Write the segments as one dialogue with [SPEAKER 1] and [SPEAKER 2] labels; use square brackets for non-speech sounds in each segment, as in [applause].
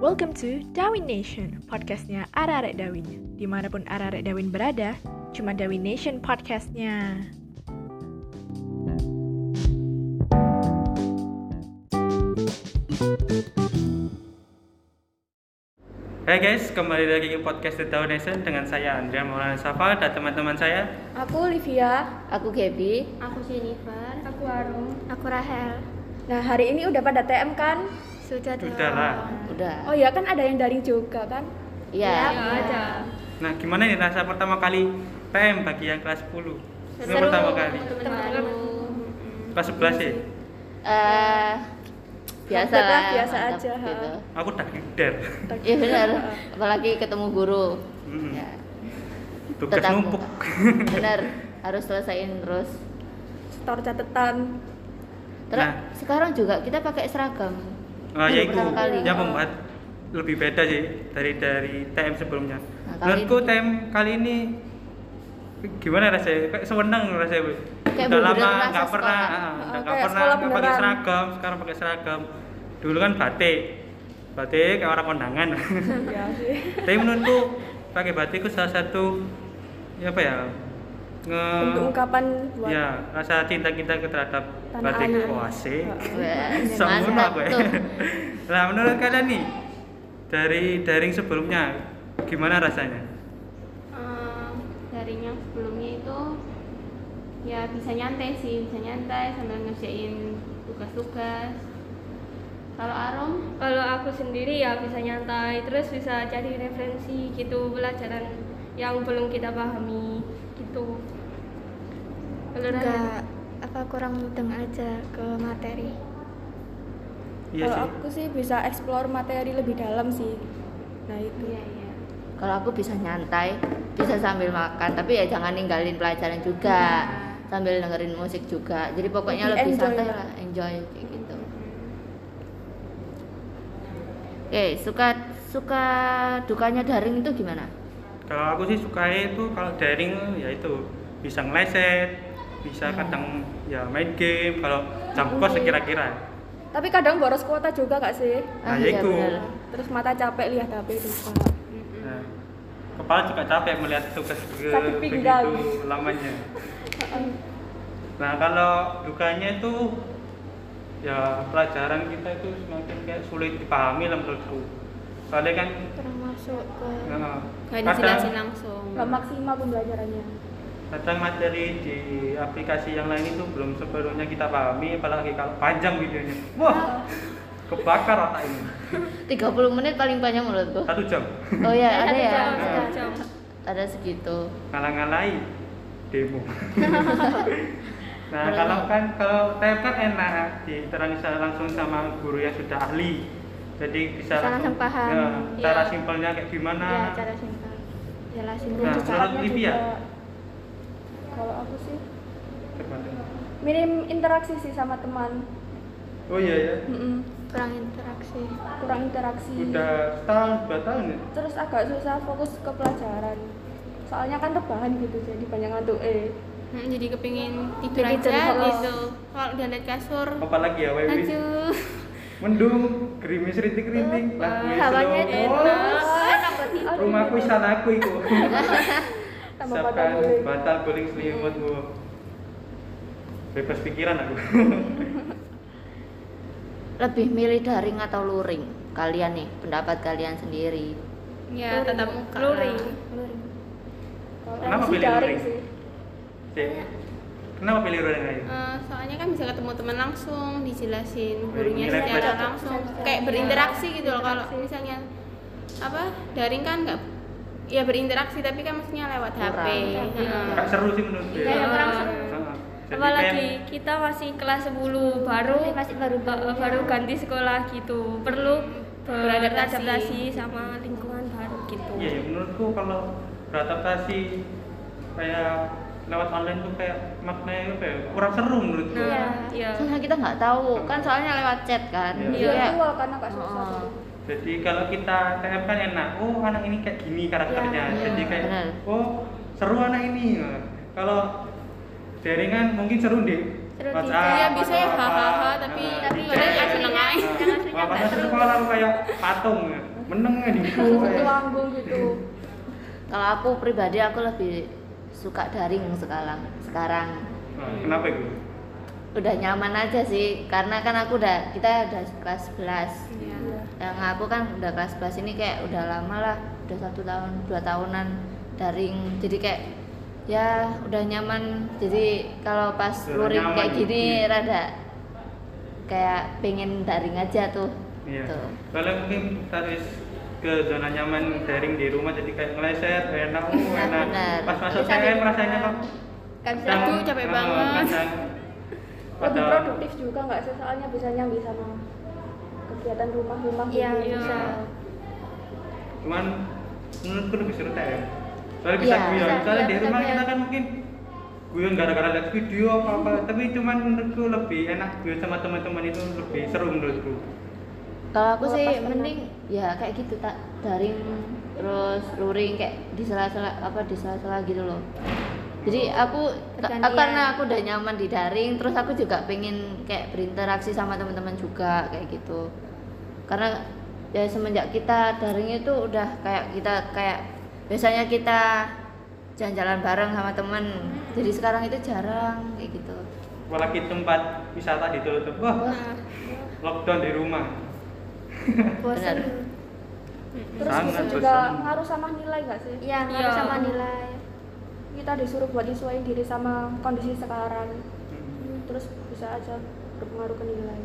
[SPEAKER 1] Welcome to Dawin Nation, podcastnya Ararek Dawin. Dimanapun Ararek Dawin berada, cuma Dawin Nation podcastnya.
[SPEAKER 2] Hai guys, kembali lagi di podcast The Down Nation dengan saya Andrea Maulana Safa dan teman-teman saya.
[SPEAKER 3] Aku Olivia.
[SPEAKER 4] Aku Gaby.
[SPEAKER 5] Aku Jennifer.
[SPEAKER 6] Aku Arum.
[SPEAKER 7] Aku Rahel.
[SPEAKER 3] Nah, hari ini udah pada TM kan?
[SPEAKER 7] Sudah dong.
[SPEAKER 2] Udah lah.
[SPEAKER 4] Udah.
[SPEAKER 3] Oh ya kan ada yang daring juga kan?
[SPEAKER 4] Iya.
[SPEAKER 6] Ya, ada.
[SPEAKER 2] Nah, gimana nih rasa pertama kali PM bagi yang kelas 10? Ini
[SPEAKER 7] Seru. Iya
[SPEAKER 2] pertama kali.
[SPEAKER 6] Teman baru.
[SPEAKER 2] Kelas 11 ya?
[SPEAKER 4] Eh biasa
[SPEAKER 3] Mantap lah,
[SPEAKER 4] lah.
[SPEAKER 3] biasa
[SPEAKER 4] mantap
[SPEAKER 3] aja, ha.
[SPEAKER 4] Gitu.
[SPEAKER 2] Aku tak gider.
[SPEAKER 4] Iya
[SPEAKER 3] [laughs]
[SPEAKER 4] benar. Apalagi ketemu guru.
[SPEAKER 2] Hmm.
[SPEAKER 7] Iya.
[SPEAKER 4] Ya.
[SPEAKER 2] Tugas
[SPEAKER 4] tetap-
[SPEAKER 2] numpuk. [laughs]
[SPEAKER 4] benar. Harus selesaiin terus.
[SPEAKER 3] Store catatan.
[SPEAKER 4] Terus
[SPEAKER 2] Nah.
[SPEAKER 4] sekarang juga kita pakai seragam.
[SPEAKER 2] Nah, ya itu
[SPEAKER 4] Pertama kali.
[SPEAKER 2] yang membuat lebih beda sih dari dari TM sebelumnya.
[SPEAKER 4] Nah, kali
[SPEAKER 2] Menurutku
[SPEAKER 4] ini-
[SPEAKER 2] TM kali ini gimana rasanya? Kayak sewenang rasanya. Bu.
[SPEAKER 4] Kayak
[SPEAKER 2] Udah
[SPEAKER 4] bener-bener
[SPEAKER 2] lama
[SPEAKER 4] rasa
[SPEAKER 2] nggak pernah, ah,
[SPEAKER 4] sekolah.
[SPEAKER 3] Oh,
[SPEAKER 2] nggak
[SPEAKER 3] kayak
[SPEAKER 2] pernah
[SPEAKER 3] sekolah
[SPEAKER 2] nggak pakai
[SPEAKER 3] beneran.
[SPEAKER 2] seragam, sekarang pakai seragam. Dulu kan batik, batik kayak orang
[SPEAKER 4] [laughs]
[SPEAKER 2] kondangan.
[SPEAKER 4] Ya,
[SPEAKER 3] Iya sih.
[SPEAKER 2] Tapi menurutku pakai batik itu salah satu ya apa ya? Nge
[SPEAKER 3] Untuk ungkapan buat
[SPEAKER 2] ya rasa cinta kita terhadap
[SPEAKER 3] Tanah
[SPEAKER 2] batik
[SPEAKER 3] air.
[SPEAKER 2] koase. [laughs]
[SPEAKER 4] Wah,
[SPEAKER 2] Sempurna
[SPEAKER 4] mantap
[SPEAKER 2] gue.
[SPEAKER 4] tuh.
[SPEAKER 2] Nah, menurut kalian nih dari daring sebelumnya gimana rasanya?
[SPEAKER 5] Ehm, dari yang sebelumnya itu ya bisa nyantai sih, bisa nyantai sambil ngerjain tugas-tugas. Kalau Arom
[SPEAKER 6] Kalau aku sendiri ya bisa nyantai, terus bisa cari referensi gitu pelajaran yang belum kita pahami gitu. Kalau Rahel,
[SPEAKER 7] Enggak apa kurang mudeng aja ke materi.
[SPEAKER 2] Iya
[SPEAKER 3] Kalau
[SPEAKER 2] sih.
[SPEAKER 3] aku sih bisa explore materi lebih dalam sih. Nah, itu.
[SPEAKER 5] iya iya.
[SPEAKER 4] Kalau aku bisa nyantai, bisa sambil makan, tapi ya jangan ninggalin pelajaran juga. Sambil dengerin musik juga. Jadi pokoknya
[SPEAKER 3] Lebih
[SPEAKER 4] lebih,
[SPEAKER 3] enjoy
[SPEAKER 4] santai
[SPEAKER 3] lah.
[SPEAKER 4] lah, enjoy kayak gitu. Oke, suka suka dukanya daring itu gimana?
[SPEAKER 2] Kalau aku sih sukanya itu kalau daring ya itu bisa ngeleset,
[SPEAKER 3] Hmm.
[SPEAKER 2] bisa kadang ya main game kalau jam kos kira-kira.
[SPEAKER 3] Tapi kadang boros kuota juga nggak sih?
[SPEAKER 2] Nah, ya
[SPEAKER 4] iya,
[SPEAKER 2] itu.
[SPEAKER 4] benar.
[SPEAKER 3] Terus mata capek lihat HP lupa.
[SPEAKER 2] Nah, kepala juga capek melihat tugas ke-
[SPEAKER 3] Sakit pinggang.
[SPEAKER 2] begitu lamanya. nah kalau dukanya itu ya pelajaran kita itu semakin kayak sulit dipahami lah menurutku. Soalnya kan
[SPEAKER 7] Kurang masuk ke
[SPEAKER 3] Hmm.
[SPEAKER 2] nah,
[SPEAKER 5] Gak dijelasin
[SPEAKER 2] kadang,
[SPEAKER 5] langsung.
[SPEAKER 3] Nggak maksimal pembelajarannya.
[SPEAKER 2] kadang materi di aplikasi yang lain itu belum sepenuhnya kita pahami, apalagi kalau panjang videonya. Wah, kebakar otak ini.
[SPEAKER 4] 30 menit paling panjang menurutku.
[SPEAKER 2] [laughs] Satu jam
[SPEAKER 4] Oh
[SPEAKER 3] Iya,
[SPEAKER 4] ya, ada ya.
[SPEAKER 6] jam, satu
[SPEAKER 4] Ada,
[SPEAKER 6] jam.
[SPEAKER 2] Nah,
[SPEAKER 4] ada segitu.
[SPEAKER 2] ngalang-ngalai
[SPEAKER 5] [laughs]
[SPEAKER 2] demo. nah
[SPEAKER 4] Boleh.
[SPEAKER 2] kalau kan kalau TM kan enak diterangin secara langsung sama guru yang sudah ahli, jadi bisa,
[SPEAKER 7] Bisa langsung paham.
[SPEAKER 2] Ya, cara
[SPEAKER 5] Iya.
[SPEAKER 2] simpelnya kayak gimana?
[SPEAKER 7] ya cara simpel. Jelasin
[SPEAKER 2] Nah,
[SPEAKER 7] dulu.
[SPEAKER 2] menurut
[SPEAKER 3] Caranya
[SPEAKER 2] Livi ya?
[SPEAKER 3] juga- Kalau aku sih
[SPEAKER 2] Gimana?
[SPEAKER 3] minim interaksi sih sama teman.
[SPEAKER 2] Oh iya ya,
[SPEAKER 3] Mm-mm.
[SPEAKER 7] Kurang interaksi.
[SPEAKER 3] Kurang interaksi.
[SPEAKER 2] udah setahun dua tahun ya.
[SPEAKER 3] terus agak susah fokus ke pelajaran soalnya kan rebahan gitu jadi banyak ngantuk eh
[SPEAKER 5] Hmm, jadi kepingin tidur
[SPEAKER 3] Jadi
[SPEAKER 5] aja
[SPEAKER 3] tidur.
[SPEAKER 5] gitu. Kalau udah lihat kasur,
[SPEAKER 2] Apalagi ya, Wewi.
[SPEAKER 5] lanjut.
[SPEAKER 2] Mendung, gerimis rintik-rintik, lagu
[SPEAKER 3] hawanya enak.
[SPEAKER 6] Ah,
[SPEAKER 2] Oh, rumahku isan aku
[SPEAKER 6] [laughs]
[SPEAKER 2] iku.
[SPEAKER 3] Tambah batal
[SPEAKER 2] Siapkan
[SPEAKER 3] guling.
[SPEAKER 2] batal guling selimutmu. Bebas pikiran aku.
[SPEAKER 4] Lebih milih daring atau luring? Kalian nih, pendapat kalian sendiri.
[SPEAKER 5] Ya, tatap muka. lah.
[SPEAKER 6] Luring.
[SPEAKER 3] Kalau
[SPEAKER 2] Kenapa
[SPEAKER 3] aku sih
[SPEAKER 2] pilih
[SPEAKER 3] daring
[SPEAKER 2] luring?
[SPEAKER 3] sih
[SPEAKER 2] Dek,
[SPEAKER 6] Iya.
[SPEAKER 2] Kenapa pilih ruang lain?
[SPEAKER 5] Eh, soalnya kan bisa ketemu teman langsung dijelasin
[SPEAKER 2] Ini
[SPEAKER 5] gurunya secara
[SPEAKER 2] lebar.
[SPEAKER 5] langsung kayak berinteraksi gitu loh kalau misalnya apa daring kan nggak ya berinteraksi tapi kan maksudnya lewat HP
[SPEAKER 4] Kurang. Iya.
[SPEAKER 5] Heeh.
[SPEAKER 2] Gak seru sih menurut gue.
[SPEAKER 6] Kayak Iya, kurang seru.
[SPEAKER 2] Heeh. Jadi
[SPEAKER 6] Apalagi
[SPEAKER 2] kayak-
[SPEAKER 6] kita masih kelas 10 baru masih baru Eh, baru ganti sekolah gitu. Perlu
[SPEAKER 5] Beradaptasi.
[SPEAKER 6] beradaptasi sama lingkungan baru gitu.
[SPEAKER 2] Iya, ya, menurutku kalau beradaptasi kayak lewat online tuh kayak maknanya apa ya? Kurang seru menurutku.
[SPEAKER 6] Nah, iya.
[SPEAKER 4] Soalnya kita nggak tahu, kan soalnya lewat chat kan.
[SPEAKER 2] Iya.
[SPEAKER 4] Jadi kayak,
[SPEAKER 3] virtual karena agak susah
[SPEAKER 4] Oh.
[SPEAKER 3] gitu.
[SPEAKER 2] Jadi kalau kita TM kan enak. Oh, anak ini kayak gini karakternya.
[SPEAKER 4] Iya,
[SPEAKER 2] Jadi kayak
[SPEAKER 4] benar.
[SPEAKER 2] oh, seru anak ini. Nah, Kalau daring kan mungkin seru ah, deh.
[SPEAKER 7] Seru di-
[SPEAKER 5] iya, bisa ya,
[SPEAKER 2] Nah,
[SPEAKER 5] hahaha, tapi- tapi kadang ya seneng aja.
[SPEAKER 2] Yang aslinya seru. Kalau kayak patung. ya. meneng di
[SPEAKER 3] Langsung
[SPEAKER 2] eh.
[SPEAKER 3] langgung gitu
[SPEAKER 2] [laughs]
[SPEAKER 4] Kalau aku pribadi aku lebih suka daring sekarang. Sekarang
[SPEAKER 2] Nah, kenapa itu?
[SPEAKER 4] udah nyaman aja sih karena kan aku udah kita udah kelas 11.
[SPEAKER 5] Iya.
[SPEAKER 4] Yang aku kan udah kelas 11 ini kayak udah lama lah, udah satu tahun, dua tahunan daring. Jadi kayak ya udah nyaman. Jadi kalau pas
[SPEAKER 2] Udah
[SPEAKER 4] luring
[SPEAKER 2] nyaman.
[SPEAKER 4] kayak gini
[SPEAKER 2] Hmm.
[SPEAKER 4] rada kayak pengen daring aja tuh.
[SPEAKER 2] Iya.
[SPEAKER 4] Tuh.
[SPEAKER 2] Kalau mungkin kita harus ke zona nyaman daring di rumah jadi kayak ngeleset enak oh,
[SPEAKER 4] Nah,
[SPEAKER 2] enak
[SPEAKER 4] benar.
[SPEAKER 2] pas masuk
[SPEAKER 4] Bisa
[SPEAKER 2] saya
[SPEAKER 4] di-
[SPEAKER 2] rasanya kok
[SPEAKER 5] Kan bisa aduh capek
[SPEAKER 2] eh,
[SPEAKER 5] banget.
[SPEAKER 2] kadang
[SPEAKER 3] lebih
[SPEAKER 2] pada-
[SPEAKER 3] produktif juga nggak sih soalnya bisa nyambi sama kegiatan rumah-rumah
[SPEAKER 7] Iya,
[SPEAKER 3] gitu.
[SPEAKER 5] iya.
[SPEAKER 2] cuman menurutku lebih seru TM soalnya bisa
[SPEAKER 4] Iya,
[SPEAKER 2] guyon
[SPEAKER 7] bisa,
[SPEAKER 2] soalnya
[SPEAKER 7] iya,
[SPEAKER 2] di
[SPEAKER 7] bisa
[SPEAKER 2] rumah
[SPEAKER 7] guyon.
[SPEAKER 2] kita kan mungkin guyon gara-gara lihat video apa apa tapi cuman menurutku lebih enak guyon sama teman-teman itu lebih seru menurutku
[SPEAKER 4] Kalau aku sih
[SPEAKER 7] Melepas penat.
[SPEAKER 4] mending ya kayak gitu tak daring terus luring kayak di sela-sela apa di sela-sela gitu loh. Jadi aku
[SPEAKER 7] Pergantian.
[SPEAKER 4] aku- karena aku udah nyaman di daring terus aku juga pengen kayak berinteraksi sama teman-teman juga kayak gitu. Karena ya semenjak kita daring itu udah kayak kita kayak biasanya kita jalan-jalan bareng sama temen jadi sekarang itu jarang kayak gitu
[SPEAKER 2] apalagi tempat wisata ditutup wah lockdown di rumah
[SPEAKER 4] Benar.
[SPEAKER 7] bosan
[SPEAKER 3] terus
[SPEAKER 2] Sangat
[SPEAKER 3] bisa juga
[SPEAKER 2] bosan.
[SPEAKER 3] ngaruh sama nilai nggak sih
[SPEAKER 7] iya ngaruh sama nilai
[SPEAKER 3] kita disuruh buat nyesuaiin diri sama kondisi sekarang terus bisa aja berpengaruh ke nilai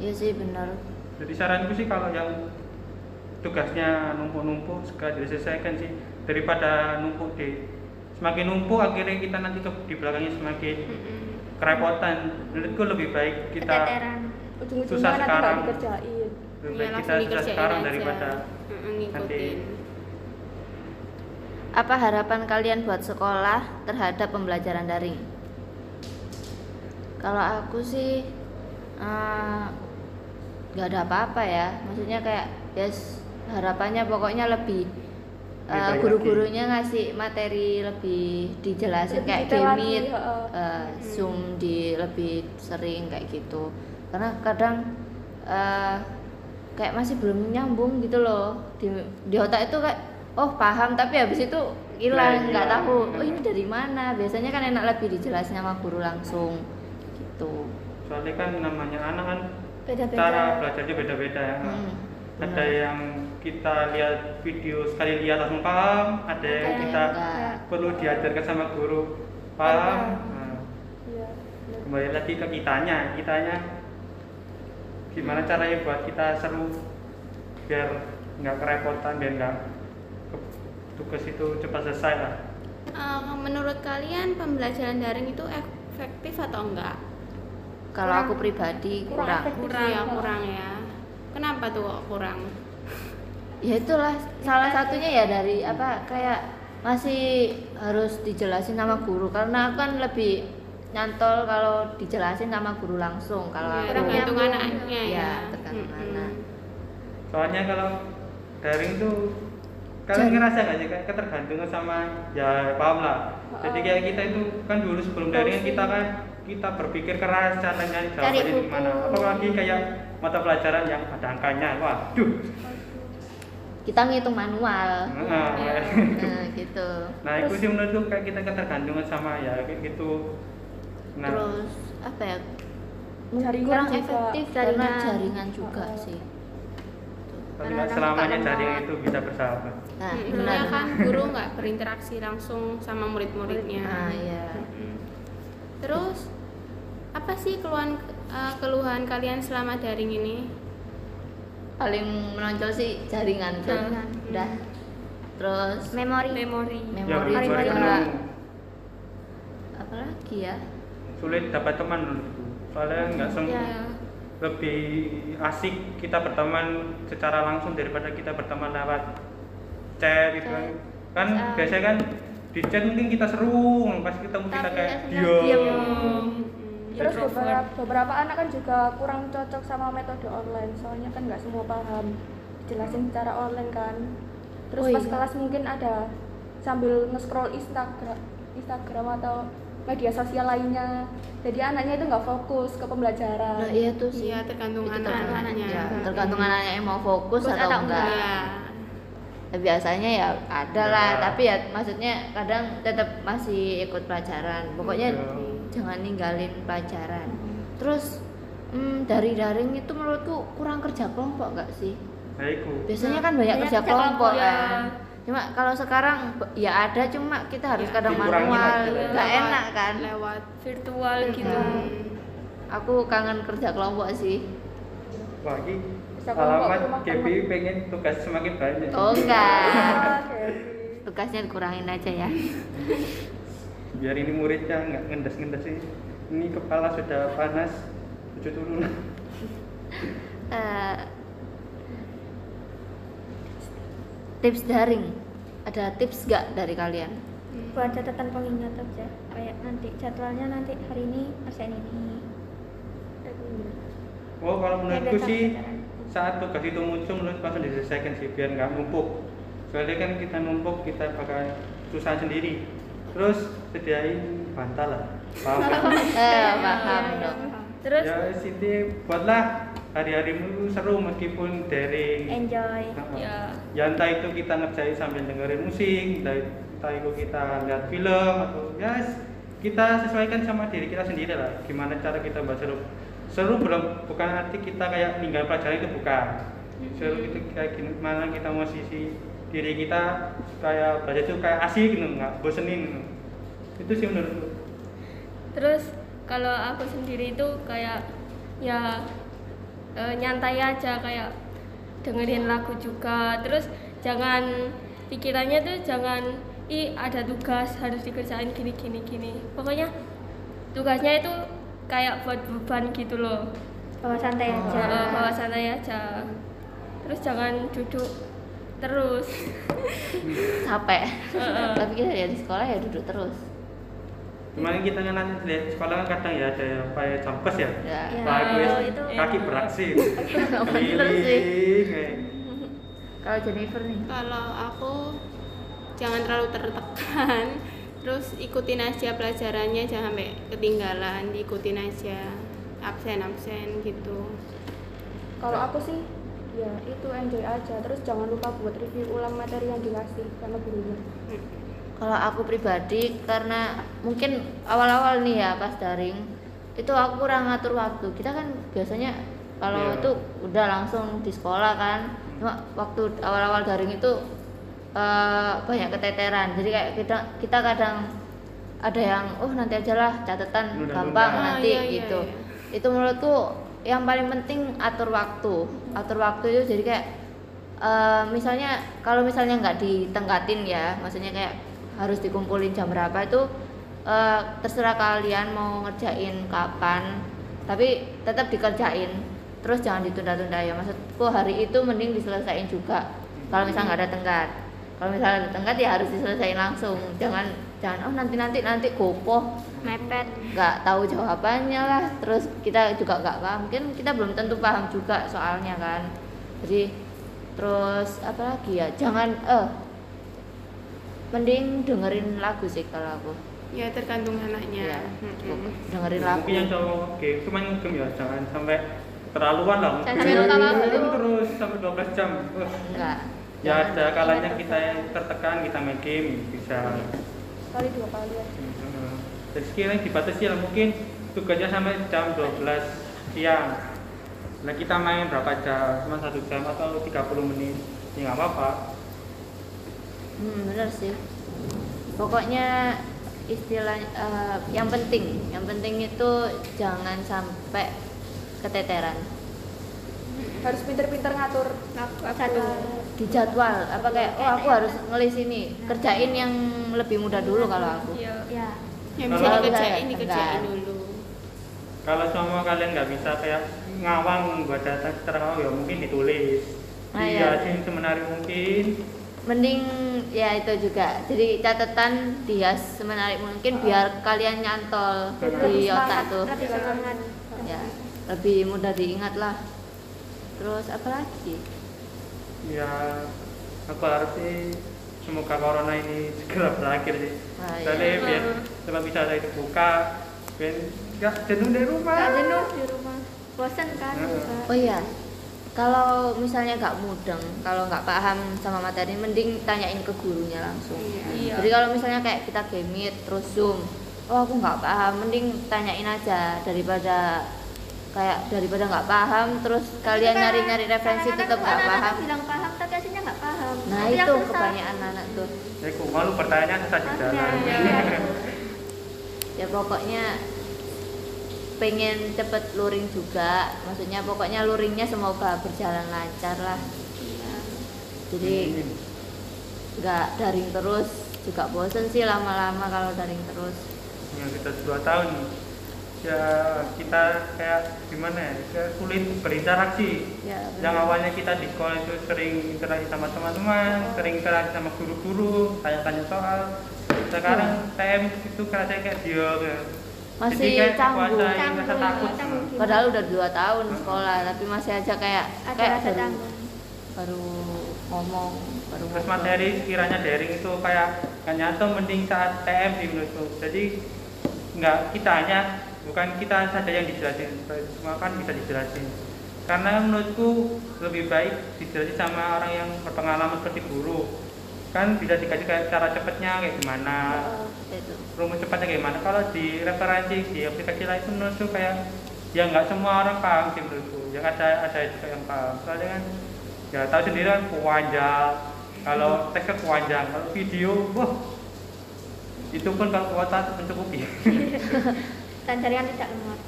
[SPEAKER 4] iya sih bener
[SPEAKER 2] jadi saranku sih kalau yang tugasnya numpuk-numpuk segera diselesaikan sih daripada numpuk di semakin numpuk akhirnya kita nanti ke, di belakangnya semakin kerepotan menurutku lebih baik kita
[SPEAKER 7] keteteran
[SPEAKER 3] ujung-ujungnya
[SPEAKER 2] Susah
[SPEAKER 3] nanti
[SPEAKER 2] sekarang.
[SPEAKER 3] nggak dikerjain
[SPEAKER 2] lebih baik
[SPEAKER 5] Iya,
[SPEAKER 2] kita
[SPEAKER 5] langsung
[SPEAKER 2] susah
[SPEAKER 5] dikerjain
[SPEAKER 2] sekarang
[SPEAKER 5] aja.
[SPEAKER 2] daripada
[SPEAKER 5] Mm-mm, ngikutin.
[SPEAKER 4] Apa harapan kalian buat sekolah terhadap pembelajaran daring? Kalau aku sih eh, nggak ada apa-apa ya. Maksudnya kayak yes harapannya pokoknya lebih eh,
[SPEAKER 2] Lebih baik
[SPEAKER 4] guru-gurunya ngasih materi lebih dijelasin
[SPEAKER 3] Lebih
[SPEAKER 4] kayak
[SPEAKER 3] detail
[SPEAKER 4] di
[SPEAKER 3] lagi,
[SPEAKER 4] meet,
[SPEAKER 3] heeh. Hmm.
[SPEAKER 4] eh, zoom di lebih sering kayak gitu. Karena kadang eh, kayak masih belum nyambung gitu loh di, di otak itu kayak oh paham tapi habis itu
[SPEAKER 2] Nah,
[SPEAKER 3] Iya,
[SPEAKER 4] hilang nggak
[SPEAKER 2] hilang.
[SPEAKER 4] tahu oh
[SPEAKER 3] Hmm.
[SPEAKER 4] ini dari mana biasanya kan enak lebih dijelasin sama guru langsung gitu
[SPEAKER 2] soalnya kan namanya anak kan cara
[SPEAKER 7] beda-beda
[SPEAKER 2] belajarnya beda-beda ya
[SPEAKER 4] Hmm,
[SPEAKER 2] ada
[SPEAKER 4] benar.
[SPEAKER 2] yang kita lihat video sekali lihat langsung paham ada yang
[SPEAKER 4] Ada yang
[SPEAKER 2] kita
[SPEAKER 3] Iya.
[SPEAKER 4] enggak.
[SPEAKER 2] perlu diajarkan sama guru paham Nah,
[SPEAKER 3] iya bener.
[SPEAKER 2] kembali lagi ke kitanya kitanya gimana caranya buat kita seru biar nggak kerepotan biar nggak ke- tugas itu cepat selesai lah
[SPEAKER 5] Eh, menurut kalian pembelajaran daring itu efektif atau enggak?
[SPEAKER 4] kalau aku pribadi
[SPEAKER 3] Kurang
[SPEAKER 4] kurang
[SPEAKER 3] efektif.
[SPEAKER 5] Kurang ya,
[SPEAKER 3] Kurang.
[SPEAKER 5] kurang ya. Kenapa tuh kok kurang?
[SPEAKER 4] ya itulah salah satunya ya dari apa kayak masih harus dijelasin sama guru karena aku kan lebih nyantol kalau dijelasin sama guru langsung
[SPEAKER 3] Iya.
[SPEAKER 4] kalau
[SPEAKER 5] Ya,
[SPEAKER 4] aku
[SPEAKER 5] tergantung anaknya ya.
[SPEAKER 4] Iya, tergantung
[SPEAKER 5] Mm-mm.
[SPEAKER 4] anak.
[SPEAKER 2] soalnya kalau daring tuh kalian
[SPEAKER 4] Jadi-
[SPEAKER 2] ngerasa nggak sih kayak ketergantungan sama ya paham lah jadi kayak kita itu kan dulu sebelum daring kita kan kita berpikir keras cara nyari jawabannya
[SPEAKER 7] buku.
[SPEAKER 2] gimana apalagi kayak mata pelajaran yang ada angkanya waduh
[SPEAKER 4] kita ngitung manual
[SPEAKER 2] Nah,
[SPEAKER 7] Iya.
[SPEAKER 3] Hmm.
[SPEAKER 4] nah, gitu
[SPEAKER 2] [laughs] nah itu sih menurutku kayak kita ketergantungan sama ya kayak gitu nah
[SPEAKER 4] terus apa ya
[SPEAKER 3] Jaringan
[SPEAKER 4] kurang
[SPEAKER 3] juga.
[SPEAKER 4] efektif karena Iya
[SPEAKER 7] Jaringan.
[SPEAKER 4] jaringan juga
[SPEAKER 3] Oh.
[SPEAKER 4] sih
[SPEAKER 2] tapi
[SPEAKER 7] Anak-anak
[SPEAKER 2] kan
[SPEAKER 7] suka
[SPEAKER 2] selamanya
[SPEAKER 7] lemot.
[SPEAKER 2] daring itu bisa bersahabat
[SPEAKER 4] nah
[SPEAKER 5] Mm,
[SPEAKER 4] benar
[SPEAKER 5] Soalnya kan guru nggak berinteraksi langsung sama murid-muridnya.
[SPEAKER 4] nah ya
[SPEAKER 7] Hmm.
[SPEAKER 5] Mm. Terus apa sih keluhan eh, keluhan kalian selama daring ini?
[SPEAKER 4] paling menonjol sih jaringan tuh
[SPEAKER 7] Jaringan.
[SPEAKER 4] udah terus
[SPEAKER 7] memori
[SPEAKER 6] memori
[SPEAKER 2] ya
[SPEAKER 4] memori
[SPEAKER 2] baru
[SPEAKER 7] Memori.
[SPEAKER 4] juga
[SPEAKER 2] baru
[SPEAKER 4] apa lagi ya
[SPEAKER 2] sulit dapat teman menurutku soalnya nggak semua
[SPEAKER 7] Iya.
[SPEAKER 2] lebih asik kita berteman secara langsung daripada kita berteman lewat chat gitu kan kan
[SPEAKER 7] Ah.
[SPEAKER 2] biasanya kan di chat mungkin kita seru pas ketemu
[SPEAKER 7] Tapi
[SPEAKER 2] kita kayak
[SPEAKER 7] kita senang
[SPEAKER 2] diam
[SPEAKER 3] terus beberapa, beberapa anak kan juga kurang cocok sama metode online soalnya kan nggak semua paham jelasin secara online kan terus
[SPEAKER 7] Oh,
[SPEAKER 3] pas
[SPEAKER 7] iya.
[SPEAKER 3] kelas mungkin ada sambil nge-scroll Instagram Instagram atau media sosial lainnya jadi anaknya itu nggak fokus ke pembelajaran
[SPEAKER 4] Nah, iya tuh sih.
[SPEAKER 5] Iya, tergantung
[SPEAKER 4] Itu
[SPEAKER 5] anak-anaknya. Iya.
[SPEAKER 4] Ya, tergantung anaknya yang mau fokus,
[SPEAKER 5] Fokus
[SPEAKER 4] atau, enggak. Nah, biasanya ya ada lah,
[SPEAKER 2] Enggak.
[SPEAKER 4] tapi ya maksudnya kadang tetap masih ikut pelajaran. Pokoknya
[SPEAKER 2] Iya.
[SPEAKER 4] jangan ninggalin pelajaran. Terus hmm, dari daring itu menurutku kurang kerja kelompok enggak sih?
[SPEAKER 2] nah itu
[SPEAKER 4] Biasanya
[SPEAKER 6] Nah,
[SPEAKER 4] kan banyak
[SPEAKER 6] banyak
[SPEAKER 4] kerja
[SPEAKER 6] kerja
[SPEAKER 4] kelompok
[SPEAKER 6] kelompok, ya.
[SPEAKER 4] kan. Cuma kalau sekarang b- ya ada cuma kita harus
[SPEAKER 5] Ya, Iya.
[SPEAKER 4] kadang
[SPEAKER 2] dikurangi
[SPEAKER 4] manual,
[SPEAKER 2] aja.
[SPEAKER 4] nggak
[SPEAKER 6] Lewat-
[SPEAKER 4] enak kan.
[SPEAKER 5] lewat
[SPEAKER 6] virtual gitu
[SPEAKER 4] Aku kangen kerja kelompok sih.
[SPEAKER 2] wah ini
[SPEAKER 3] Bisa kelompok
[SPEAKER 2] alamat
[SPEAKER 3] rumah
[SPEAKER 2] KPI pengen tugas semakin banyak
[SPEAKER 4] Oh
[SPEAKER 3] Iya,
[SPEAKER 4] enggak.
[SPEAKER 3] Ah, Devi.
[SPEAKER 4] Tugasnya dikurangin aja ya.
[SPEAKER 2] biar ini muridnya nggak ngendes-ngendes sih ini kepala sudah panas lucu turun [laughs]
[SPEAKER 4] Eh, tips daring. Ada tips nggak dari kalian?
[SPEAKER 7] buat catatan pengingat aja kayak nanti jadwalnya nanti hari ini kerjain ini
[SPEAKER 2] oh kalau menurutku
[SPEAKER 7] Kayak
[SPEAKER 2] sih
[SPEAKER 7] biasa pelajaran.
[SPEAKER 2] saat tugas itu muncul menurut langsung diselesaikan sih biar nggak numpuk soalnya kan kita numpuk kita bakal susah sendiri terus sediain bantal lah paham kan?
[SPEAKER 4] Eh, paham dong.
[SPEAKER 7] Iya, terus
[SPEAKER 2] ya Siti buatlah hari-harimu seru meskipun daring
[SPEAKER 7] enjoy
[SPEAKER 2] Nah,
[SPEAKER 6] ya
[SPEAKER 2] ya entah itu kita ngerjain sambil dengerin musik entah, entah itu kita lihat film atau ya s- kita sesuaikan sama diri kita sendiri lah gimana cara kita bahas seru seru belum bukan arti kita kayak tinggal pelajaran itu bukan seru itu kayak gimana kita mau sisi diri kita kayak belajar itu kayak asik gitu nggak bosenin gitu. itu sih menurutku
[SPEAKER 6] terus kalau aku sendiri itu kayak ya eh, nyantai aja kayak dengerin lagu juga terus jangan pikirannya tuh jangan i ada tugas harus dikerjain gini gini gini pokoknya tugasnya itu kayak buat beban gitu loh
[SPEAKER 7] bawa Oh, santai
[SPEAKER 4] Ya.
[SPEAKER 7] aja
[SPEAKER 6] Eh, bawa santai aja terus jangan duduk terus
[SPEAKER 4] Capek. Tapi kita ya di sekolah ya duduk terus.
[SPEAKER 2] kemarin kita kan nanti di sekolah kan kadang ya ada yang kayak campes ya
[SPEAKER 4] Ya.
[SPEAKER 7] Ya.
[SPEAKER 2] Pak Agus,
[SPEAKER 7] itu-
[SPEAKER 2] kaki beraksi
[SPEAKER 4] [laughs] Bener sih.
[SPEAKER 2] Keliling, eh.
[SPEAKER 4] Kalau Jennifer nih.
[SPEAKER 5] Kalau aku jangan terlalu tertekan, terus ikutin aja pelajarannya jangan sampai ketinggalan, diikutin aja absen-absen gitu.
[SPEAKER 3] kalau aku sih ya itu enjoy aja terus jangan lupa buat review ulang materi yang dikasih sama gurunya
[SPEAKER 4] Kalau aku pribadi karena mungkin awal-awal nih ya pas daring itu aku kurang ngatur waktu. Kita kan biasanya kalau
[SPEAKER 2] Iya.
[SPEAKER 4] itu udah langsung di sekolah kan. Cuma waktu awal-awal daring itu eh, banyak keteteran. Jadi kayak kita kita kadang ada yang oh nanti ajalah catatan
[SPEAKER 2] Nunda-nunda.
[SPEAKER 4] gampang
[SPEAKER 5] Ah,
[SPEAKER 4] nanti
[SPEAKER 5] iya, iya,
[SPEAKER 4] gitu.
[SPEAKER 5] iya.
[SPEAKER 4] Itu menurutku yang paling penting atur waktu. Atur waktu itu jadi kayak Eh, misalnya kalau misalnya nggak ditengkatin ya maksudnya kayak harus dikumpulin jam berapa itu eh, terserah kalian mau ngerjain kapan tapi tetap dikerjain terus jangan ditunda-tunda ya maksudku hari itu mending diselesaikan juga kalau misalnya nggak ada tengkat kalau misalnya ada tengkat ya harus diselesaikan langsung jangan jangan oh nanti nanti nanti gopoh
[SPEAKER 7] mepet
[SPEAKER 4] nggak tahu jawabannya lah terus kita juga nggak paham mungkin kita belum tentu paham juga soalnya kan jadi terus apa lagi ya jangan eh mending dengerin lagu sih kalau aku
[SPEAKER 5] Ya tergantung anaknya.
[SPEAKER 4] ya
[SPEAKER 5] Mm-mm.
[SPEAKER 4] dengerin lagu
[SPEAKER 2] mungkin yang cowok oke cuma ngegame ya jangan sampai terlaluan lah mungkin
[SPEAKER 4] Jangan sampai lupa waktu.
[SPEAKER 2] Ngegame terus sampai 12 jam Wah.
[SPEAKER 4] enggak
[SPEAKER 2] ya ada kalanya kita yang tertekan kita main game bisa
[SPEAKER 3] kali dua kali aja
[SPEAKER 2] Hmm. jadi sekarang dibatasi lah mungkin tugasnya sampai jam 12 siang nah kita main berapa jam cuma satu jam atau 30 menit ya nggak apa-apa
[SPEAKER 4] hmm, bener sih pokoknya istilah eh, yang penting yang penting itu jangan sampai keteteran
[SPEAKER 3] harus pinter-pinter ngatur waktu.
[SPEAKER 4] dijadwal apa kayak oh aku harus ngelis ini kerjain yang lebih mudah dulu kalau aku
[SPEAKER 6] ya
[SPEAKER 7] ya
[SPEAKER 5] Yang bisa
[SPEAKER 2] Kalau
[SPEAKER 5] dikerjain,
[SPEAKER 4] saya
[SPEAKER 5] dikerjain
[SPEAKER 4] tenggat.
[SPEAKER 5] dulu.
[SPEAKER 2] kalau semua kalian nggak bisa kayak ngawang buat data secara ngawang ya mungkin ditulis
[SPEAKER 4] Nah,
[SPEAKER 2] iya
[SPEAKER 4] iya.
[SPEAKER 2] sih semenarik mungkin
[SPEAKER 4] mending ya itu juga jadi catatan dihias semenarik mungkin biar kalian nyantol
[SPEAKER 2] Jadi
[SPEAKER 4] di
[SPEAKER 7] lebih
[SPEAKER 4] otak
[SPEAKER 7] semangat,
[SPEAKER 4] tuh
[SPEAKER 7] lebih semangat
[SPEAKER 4] Iya, ya lebih mudah diingat lah terus apa lagi
[SPEAKER 2] ya aku harus sih semoga corona ini segera berakhir sih
[SPEAKER 4] Ah, iya.
[SPEAKER 2] soalnya biar tempat wisata itu buka biar nggak jenuh dari rumah
[SPEAKER 3] Gak jenuh di rumah. Bosen kan
[SPEAKER 2] Heeh.
[SPEAKER 3] juga.
[SPEAKER 4] Oh iya, kalau misalnya nggak mudeng, kalau nggak paham sama materi, mending tanyain ke gurunya langsung.
[SPEAKER 6] Iya.
[SPEAKER 4] Jadi kalau misalnya kayak kita gamit terus zoom, oh aku nggak paham, mending tanyain aja daripada kayak daripada nggak paham terus kalian
[SPEAKER 3] Itu kan
[SPEAKER 4] nyari-nyari referensi
[SPEAKER 3] kadang-kadang
[SPEAKER 4] tetap nggak
[SPEAKER 3] anak-anak
[SPEAKER 4] paham.
[SPEAKER 3] bilang paham tapi aslinya nggak paham.
[SPEAKER 4] Nah
[SPEAKER 3] Tapi yang
[SPEAKER 4] itu
[SPEAKER 3] susah.
[SPEAKER 4] kebanyakan anak tuh.
[SPEAKER 2] jadi Ya, aku malu pertanyaan tadi jalan
[SPEAKER 3] Iya.
[SPEAKER 2] [laughs]
[SPEAKER 4] Ya pokoknya pengen cepet luring juga, maksudnya pokoknya luringnya semoga berjalan lancar lah.
[SPEAKER 3] Iya.
[SPEAKER 4] Jadi
[SPEAKER 2] Amin.
[SPEAKER 4] nggak daring terus juga bosen sih lama-lama kalau daring terus
[SPEAKER 2] yang kita dua tahun ya kita kayak gimana ya kayak sulit berinteraksi
[SPEAKER 4] ya
[SPEAKER 2] yang awalnya kita di sekolah itu sering interaksi sama teman-teman sering interaksi sama guru-guru tanya-tanya soal sekarang PM itu kerasa kayak ya. dia
[SPEAKER 4] Masih canggung.
[SPEAKER 2] kuasa rasa takut
[SPEAKER 3] Canggung.
[SPEAKER 4] padahal udah dua tahun sekolah tapi masih aja kayak
[SPEAKER 3] Ada
[SPEAKER 4] kayak
[SPEAKER 3] rasa
[SPEAKER 4] baru,
[SPEAKER 3] tanggung.
[SPEAKER 4] baru ngomong baru
[SPEAKER 2] terus
[SPEAKER 4] ngobrol.
[SPEAKER 2] materi sekiranya daring itu kayak nggak nyata mending saat TM sih menurutku jadi nggak kita hanya bukan kita saja yang dijelasin semua kan bisa dijelasin karena menurutku lebih baik dijelasin sama orang yang berpengalaman seperti guru kan bisa dikasih kayak cara cepatnya kayak gimana
[SPEAKER 4] itu
[SPEAKER 2] rumus cepatnya kayak gimana kalau di referensi di aplikasi lain itu menurutku kayak ya nggak semua orang paham sih menurutku yang ada ada juga yang paham soalnya kan ya tahu sendiri kan kuanjang kalau teksnya kuanjang kalau video wah itu pun kalau kuota mencukupi [laughs]
[SPEAKER 3] Dan jaringan tidak lemot.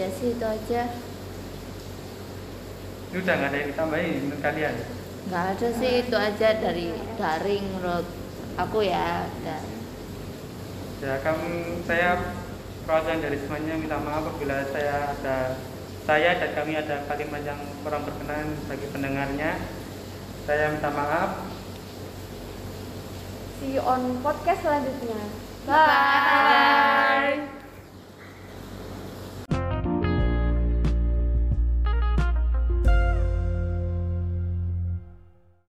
[SPEAKER 4] ya sih itu aja
[SPEAKER 2] Ini udah nggak ada yang ditambahin menurut kalian
[SPEAKER 4] nggak ada sih itu aja dari daring menurut aku ya udah
[SPEAKER 2] ya kami saya perwakilan dari semuanya minta maaf apabila saya ada saya dan kami ada kalimat yang kurang berkenan bagi pendengarnya saya minta maaf
[SPEAKER 3] See you on podcast selanjutnya.
[SPEAKER 4] bye.